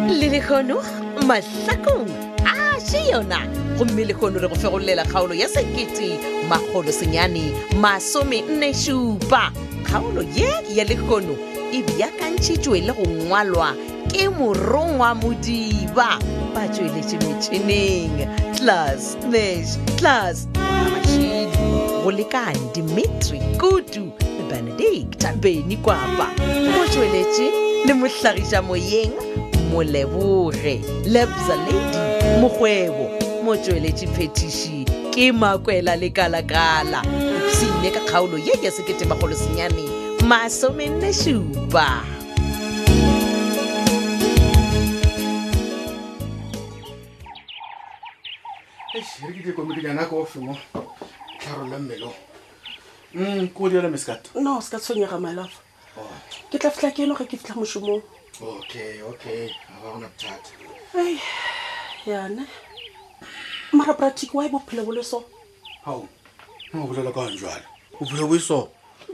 lekgono mahlakong a še yona gomme lekgono re go fegolela kgaolo ya sekete magolo senyane masome nne šupa kgaolo ye ya lekgono e beakantšhitšwe le go ngwalwa ke morongwa modiba ba tsweletše metšhineng tlas nash tlas mašidi go lekane dimitri kutu le benedicta beny kwapa mo tsweletše le mohlagiša moyeng moleboge lebza lady mokgwebo mo tsweletše phetiši ke makwela le kalakala psene ka kgaolo ye ya seketemagolo senyane masomenne šupa re ke dikomekenyana ka ofemo tlharolla mmelo ko diela mescat no se ka tshwenyega malafo ke tla fitlha keno ge ke fitlha mošomong Oh, okay okay ga ba gona bothata Ai, yana mara pratiki wa e bophelo bo le so ao o bolela ka ang jale o phelo bo eso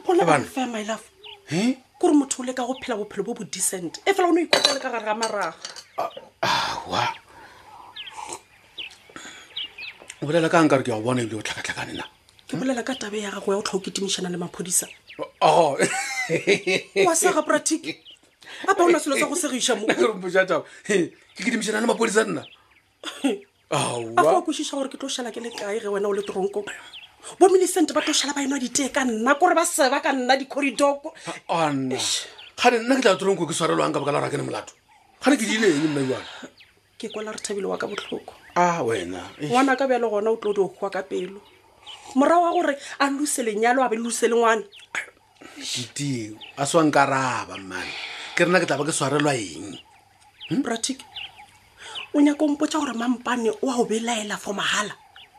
Bona bana. fa mylafo e kore motho o le ka go phela bophelo bo bo decent e fela o ne o ikotla le ka gare ga maraga awa o bolela ka nka re ke a go bona ebile o tlhakatlhakane na ke bolela ka tabe ya gago ya go tlha o ketimišana le maphodisa o wa sega pratiki apa ona selo sa go segiša mo romposa tao ke kedimišana le mapodisa nna a fa awa o kwešiša gore ke tlo šala ke le kae ge wena o le toronkong bo millicent ba tlo šala ba enwa ditee ka nna kore ba seba ka nna dicoridoko Oh, anna Eish. gane nna ke tla toronko ke swarelwang ka baka la gore ga ke ne molato gane ke diileng nna jale ke kwala re thabile wa ka botlhoko a Ah, wena eish. ngwana ka bjale gona o tlo di okgwa ka pelo morago wa gore a lose lenyalo a be lose le ngwana diteng a swankaraba mmane ke rena ke tla ba ke swarelwa eng pratic o nyaka ompotsa gore mampane o a o belaela for mahala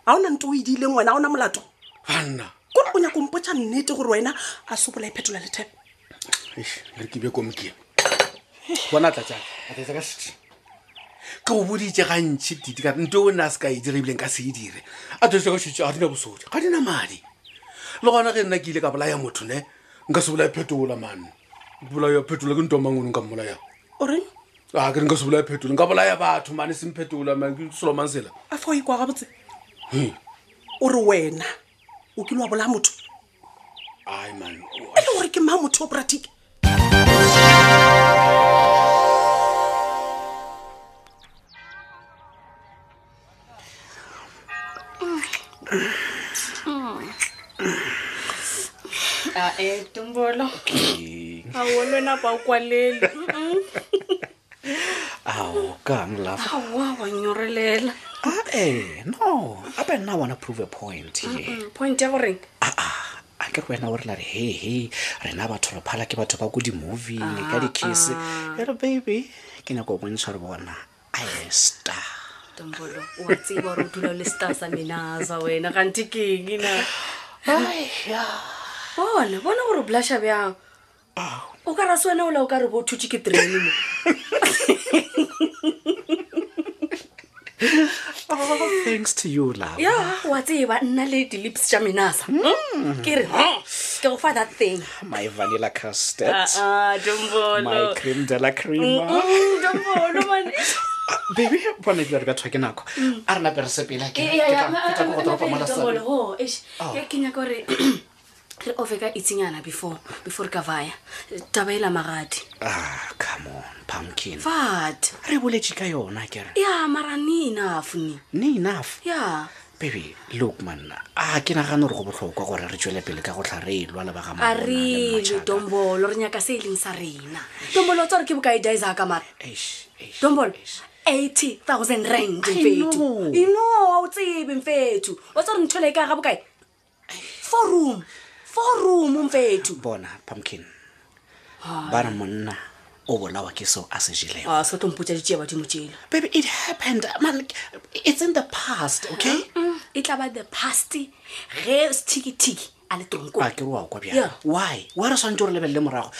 ga ona nte o e diileng wena ga ona molato banna kore o nyaka ompotsa nnete gore wena a sobola e phetola lethepe Eish, a re ke be komokeng bona a tlatsaka a tlatsa ka sete ke go boditse gantšhi tite kare nte o ne a se ka e dire ebileng ka se e dire a tlosa ka šutse a dina bosodi ga dina madi le gona ge nna ke ile ka bolaya motho ne nka se bolaya phetola manne bolaya phetola ke nto mangwe nka mmolayang o reng a Ah, ke re nka se bolaya phetola nka bolaya batho mane semphetola man ke solomang sela a fa o ikwa gabotse Hmm. o re wena o kile wa bolaya motho ai man e le gore ke maa motho o pratic ae tombolo ao le wena ba e, o kwalele ao kang love aowa wa nyorelela ae eh, no ape nna wana prove a point Eh. ye Mm, point ya goreng aa Ah, a ke re wena o rela re he he rena batho re phala ke batho ba ko di-movie Ah, ka di-case e re baby ke nyako bontšha re bona i star tombolo wa tseba gore o dula o le star sa menasa wena gante keng na bona bona gore o blusa bjang o ka ra se wena o la o ka re bo thutse ke train mo oh, thanks to you love ya wa tseba nna le di-lips tša menasa ke re "Huh, ke go fa that thing my vanilla custard my Ah, tombolo cream de la Mm, crema Oh, tombolo Eh, mane baby bona ebile re ka thwa ke nako a re nape re sepela ke Mm. Eh, ke ya, ya, tla- ma- ke tla ko go dropa mo ma- lasalle. ma- ho, eish, ke- ke nyaka gore re ofe ka itsenyana before before re ka vaya taba ela magadi ah come on pumpkin fat re boletse ka yona kere ya maranina fone ne enough ya baby look manna a ke nagane gore go botlhokwa gore re tswele pele ka go tlha re lwa le baga a re le tombolo re nyaka se e leng sa rena tombolo tsa gore ke bokae disaaka mara tombolo 80000 rand I mfethu know. ino o tsebe mfethu wa tsa gore ntho le ka ga bokae four room four room mfethu bona pumpkin ba re monna o bolawa ke seo a se jelego a se tlo mpotsa ditšea badimo tsela baby it happened man it's in the past okay Mm, e tla ba the past ge sethikithiki a le tronko a Ah, ke re wa kwa bjana Yeah. why wa re swantse gore lebelele morago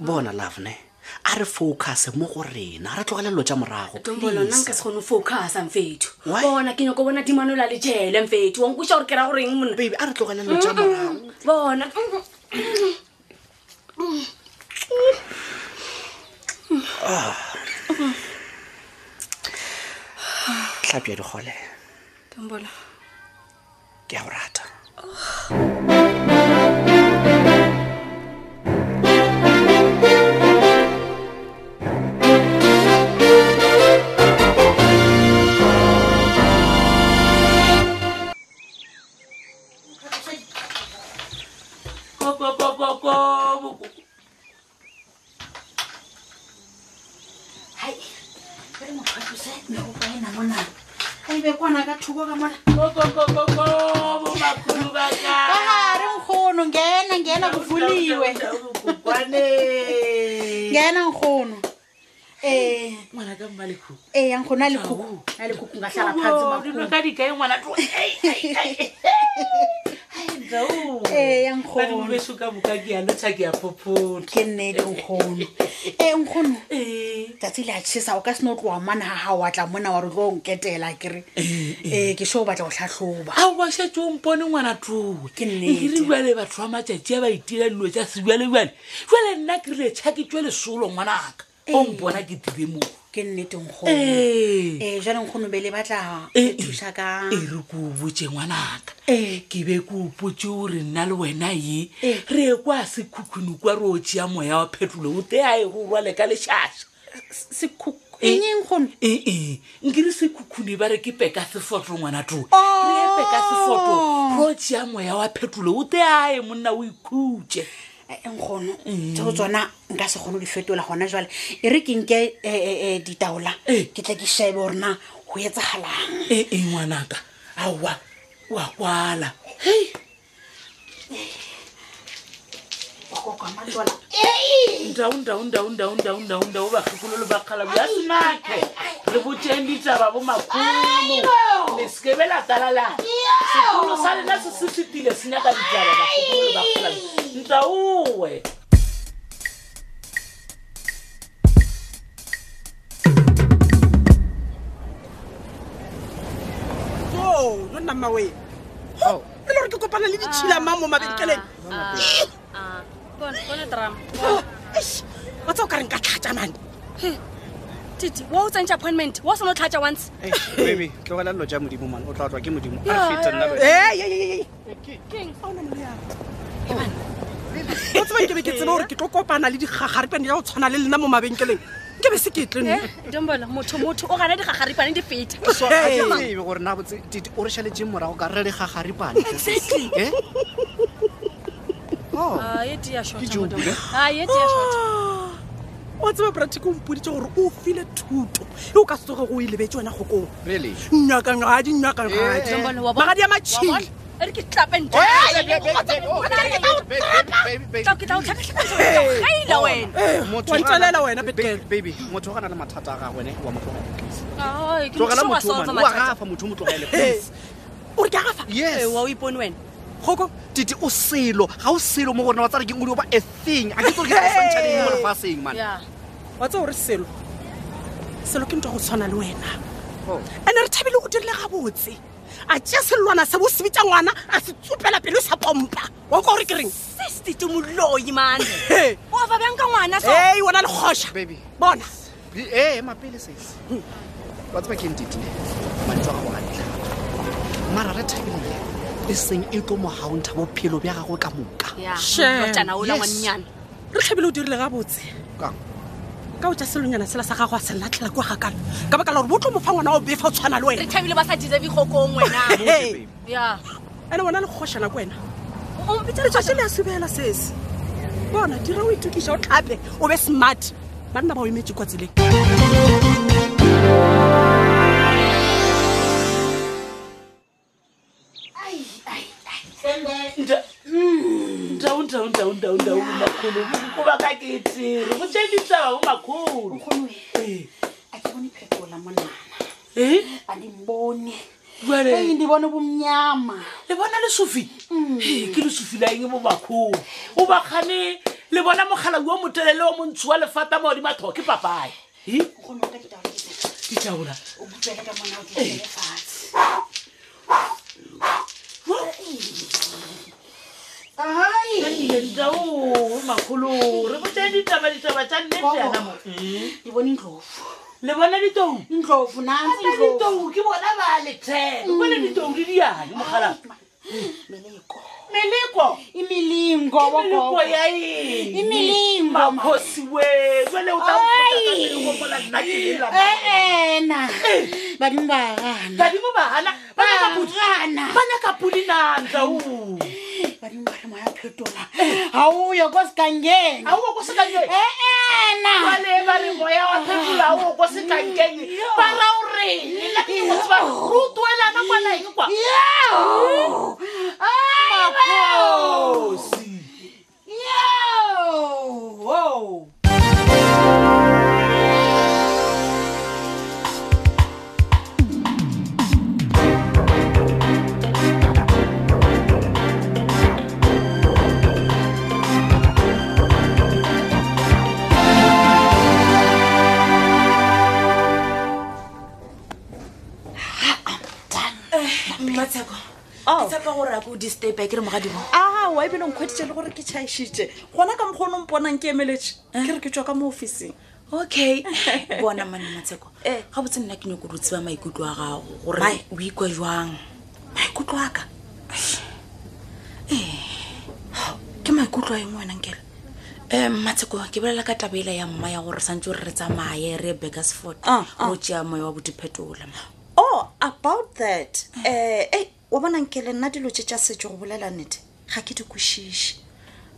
bona love ne a re focus mo go rena re tlogele lo tja morago tombolo nna nka se kgone ho focusa mfethu Why? bona ke nyako bona dimane o la le jele mfethu wankosa gore ke ra goreng monna baby a re tlogele lo tja morago bona tlhapi ya dikgole tombolo ke ya go rata hai re mokgatlose le go kaena mona a ebe kwana ka thoko ka mona ka gare nkgono ngena ngena go vuliwe ngena nkgono ee ee nkgono a lekhuku a lekhuku ngahlala phansi ee Eh, nkgono ke nnete nkgono ee nkgono tsatsi le a tšhesa o ka se no tloa mana ga ga watla mona wa re tlo nketela kere ee ke sho o batla go tlhatlhoba ao bašetse o mpone ngwana too Ke nnete. ere jale batho ba matšatši a ba itira dilo tša sejalejale jale nna kerile tšhake tswe lesolo ngwanaka o mpona ke dire moo ke nnete nkgono ee ee jale nkgono be le batla Eh, go thusa ka Eh, e re ko o botse ngwanaka Ee. ke be ko o potse gore nna le wena ye Ee. re ye kwa sekhukhuni kwa re o tšea moya wa phetolo o te a e go rwale ka lešhaša sekhuku Eh. enye nkgono ee nkere sekhukhune ba re ke peka sefoto ngwana too Oh. re ye peka sefoto re o tšea moya wa phetolo o te a e monna o ikhutse Eh, nkgono tseo tsona nka se kgone go di fetola gona jale e re ke nke eh, eh, eh, ditaola Eh. ke tle ke shebe gorena go etsagalang ee ee E, ngwanaka aowa wa kwala kokwamatlwana ndaundaundaundaundaundao bakgakololo bakgala bja senake le botšeng ditaba bo makolo le sekebe la talala sekolo sa lena se se fetile se nyaka ditaba bakgakololo bakgala ntaowe o yo nna mmaoe e le gore ke kopana le ditšhila mang mo mabenkeleng bone drama Eish, wa tsa o ka reng ka tlhatsa mane tite wa o tsentse appointment wa o seno tlhatsa once baby tlogela lelo ja modimo mane o tla tlwa ke modimo Ya, a fete nna le wena. ee keng o tsebang ke be ke tsebe gore ke tlo kopana le digagarepane ya go tshwana le lena mo mabenkeleng ke be se ke e tlenne dombola motho motho o gana digagaripane di feta So, ha ke tsebe gore na botse- Titi, o re šhaletse morago ka re le gagaripane Exactly. Eh? Oh, Ke joke, ne? o tsebe brate ke ompoditse gore o file thuto e o ka se tsoge go e lebetse wena kgokong really nyakangadi nyakangadi magadi ya matšhile ere ke tlapentao tlhakatlhakaela wena Eh, Motho wa ga a na- ntelela wena, Betkele. Ba- baby motho ga na le mathata a gagwene wa mo tlogela please. Ai, ke tlogela motho wa motho o, solve man. Wa mathata. gafa motho o mo tlogele please ore ke agafa Eh, wa yes o ipone wena kgoko tite o selo ga o selo mo gorena wa tsare keng o di oba a thing a ke tsore ke Hey. santšhaneng mo lefaseng mane Ya. wa tse gore selo selo ke ntwa go tshwana le wena Oh. and-e re thabile o dirile gabotse a tšea selelwana sa bosebitsa ngwana a se tsopela pelo e sa pompa wa utlwa gore ke reng sesitite moloi mane Hey. o fa bjang ka ngwana so ee ona le kgoša baby bona ee ema pele sese wa tseba keng titine mantswa gago gantlhaba mara re thabile e seng e tlo mo gauntha bophelo bja gagwe ka moka Ya, Shame. motana ola Yes. ngwannyana re thabile o dirile gabotse Kang? ka o tša selonyana sela sa gago a se latlhela kwa gakala ka baka la gore bo tlo mofa ngwana o befa o tshwana le re wena thabile ba sa direbe kgokong wena Hey. ya and-e bona le kgošana ko wena O- o mpitsa letsatsi letsatsi le a sebela sese bona dira o itukiša o tlhape o be smart banna ba o emetse kwa tseleng ntauntauntauntaun makgolo koba ka ke tere botšeng ditaba bo makgolo nkgono e a ke bone phetola monana Eh? a dimbone Jwale- ei ndi bone bomnyama le bona lesofi Mm. Hei, ke lesofi la eng mo bakgong o bakgane le bona mogalabi wa motelele wa montsho wa lefata maodimo a tlhoke papae nkgono ka ditao ke tsena ditaola o butswele ka mona o diele fatshe dao makgolo re botse ditaba ditaba tsa nnete yana mo eh? ndi bone ndlovu le bona ditou ndlovu nansi ndlovu ditou ke bona ba lethele bone ditou di diane mogala meleko meleko E imilingo meleko bogogo ya eng imilingo ma- makgosi we jale o Ai. taola nna keela Eh, eh, na badimo ba gana kadimo bahana ba nyaka pudi- gana ba nyaka pulinanta o badimo ba re moya phetola Eh. ga oyo ko sekangeng ga o ko sekanye Eh, eena bale ba re moya wa phetola o ko Mm, sekankeng ba ra o reng nna ke go tseba re o tuelana kwana eng kwa makgosi mmatsheko ke tshepa gore a ko distape ke re mogadimo aa wa ebile nkgweditse le gore ke tšhaišitše gona ka mokgwa o no mponang ke emeletše ke re ke tswa ka mo officing okay bona mane matsheko Eh. ga botse nna ke nyoko dutse ba maikutlo a gago gore o ikwa jwang maikutlo a ka Eh, ke maikutlo a eng wena nkele um matsheko ke bolela ka taba ela ya mma ya gore santse re re tsamaye re ye bakersford Ah, ah. go tšea moya wa bodiphetola oh about that um e wa bona nkele nna dilo tse tša setso go bolela nnete ga ke di kwešiše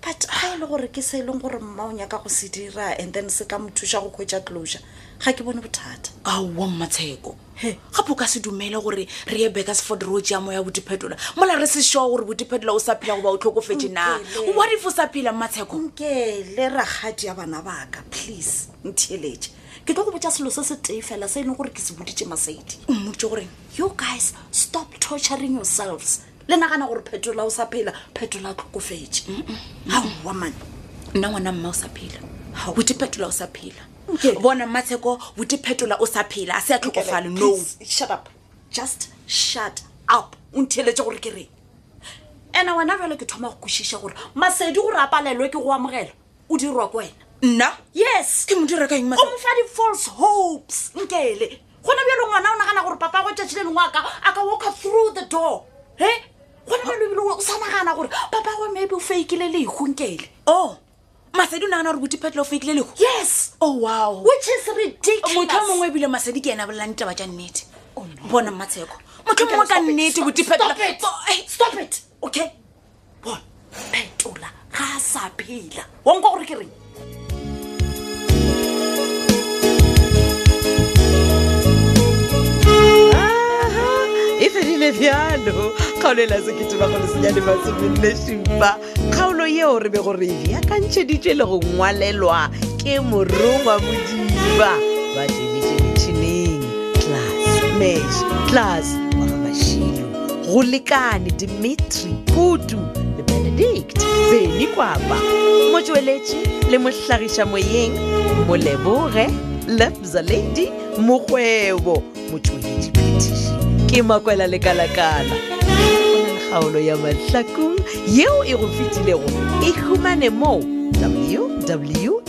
but ga e le gore ke se e leng gore mma o nyaka go se dira and then se ka mo thuša go kgwetša closure ga ke bone bothata aowa mmatsheko gape o ka se dumele gore re ye bakersford re o tšea moya wa bodiphetola mola re se sure gore bodiphetola o sa phela goba o tlhokofetse na Nkele. what if o sa phela mmatsheko nkele ragadi ya bana baka please ntheeletse ke tlo go botsa selo se se tee fela se e leng gore ke se boditse masedi o mmotse goreng you guys stop torturing yourselves le nagana gore phetola o sa phela phetola a tlhokofetse gaowa mane nna ngwana mma o sa phela botiphetola o sa phela Nkele. bona mmatsheko botiphetola o sa phela a se a tlhokofale no shut up just shut up o ntheeletse gore ke reng and-e wena fela ke thoma go kwešiša gore masedi gore a palelwe ke go amogela o dirwa ke wena nna yes ke modira ka eng o Matsheko? mofa di-false hopes nkele gona bjalo ngwana o nagana gore papa go tšatši le lengwe a ka- a ka walka through the door he gona bjalo ebile o sa nagana gore papa e go maybe o fakile lego nkele oh masedi o nagana gore botiphetola o fekile lego yes oh wow which is motho o mongwe ridiculous Oh, ebile masedi ke ena a bolelang ditaba tja nnete bona mmatsheko motho o mongwe ka nnete botiphetola Bo- eh, stop it okay bona phetola ga a sa phela wanka gore ke reng e fedile bjalo kgaolo e lasekete bagolosenyane masomenne šupa kgaolo yeo re be gore e beakantšheditšwe le go ngwalelwa ke morongwa modiba ba tšeditše metšhineng tlas mash tlas ngwagamašilo go lekane dimitri kutu le benedict beny kwapa motsweletši le mohlagiša moyeng molebore lebza lady mokgwebo motsweletši phetiši ke makwela lekalakala ona le kgaolo ya mahlakong yeo e go fetilego e humane mo www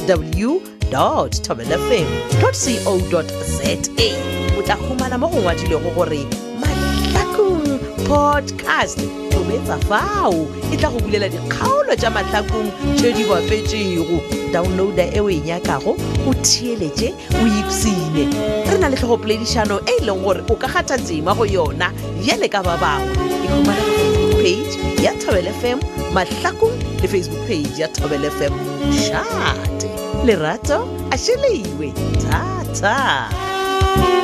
tobelfm co za o tla humana mo go ngwadilego gore mahlakong podcast tobetsa fao e tla go bulela dikgaolo tša mahlakong tše di bapetšego downloada e o e nyakago o theeletše o ipsene re na le tlhogopoledišano e e leng gore o ka kgatha tsema go yona bjale ka ba bangwe e humana go Facebook page ya tobel fm mahlakong le facebook page ya tobel fm shate lerato a šhelewe thata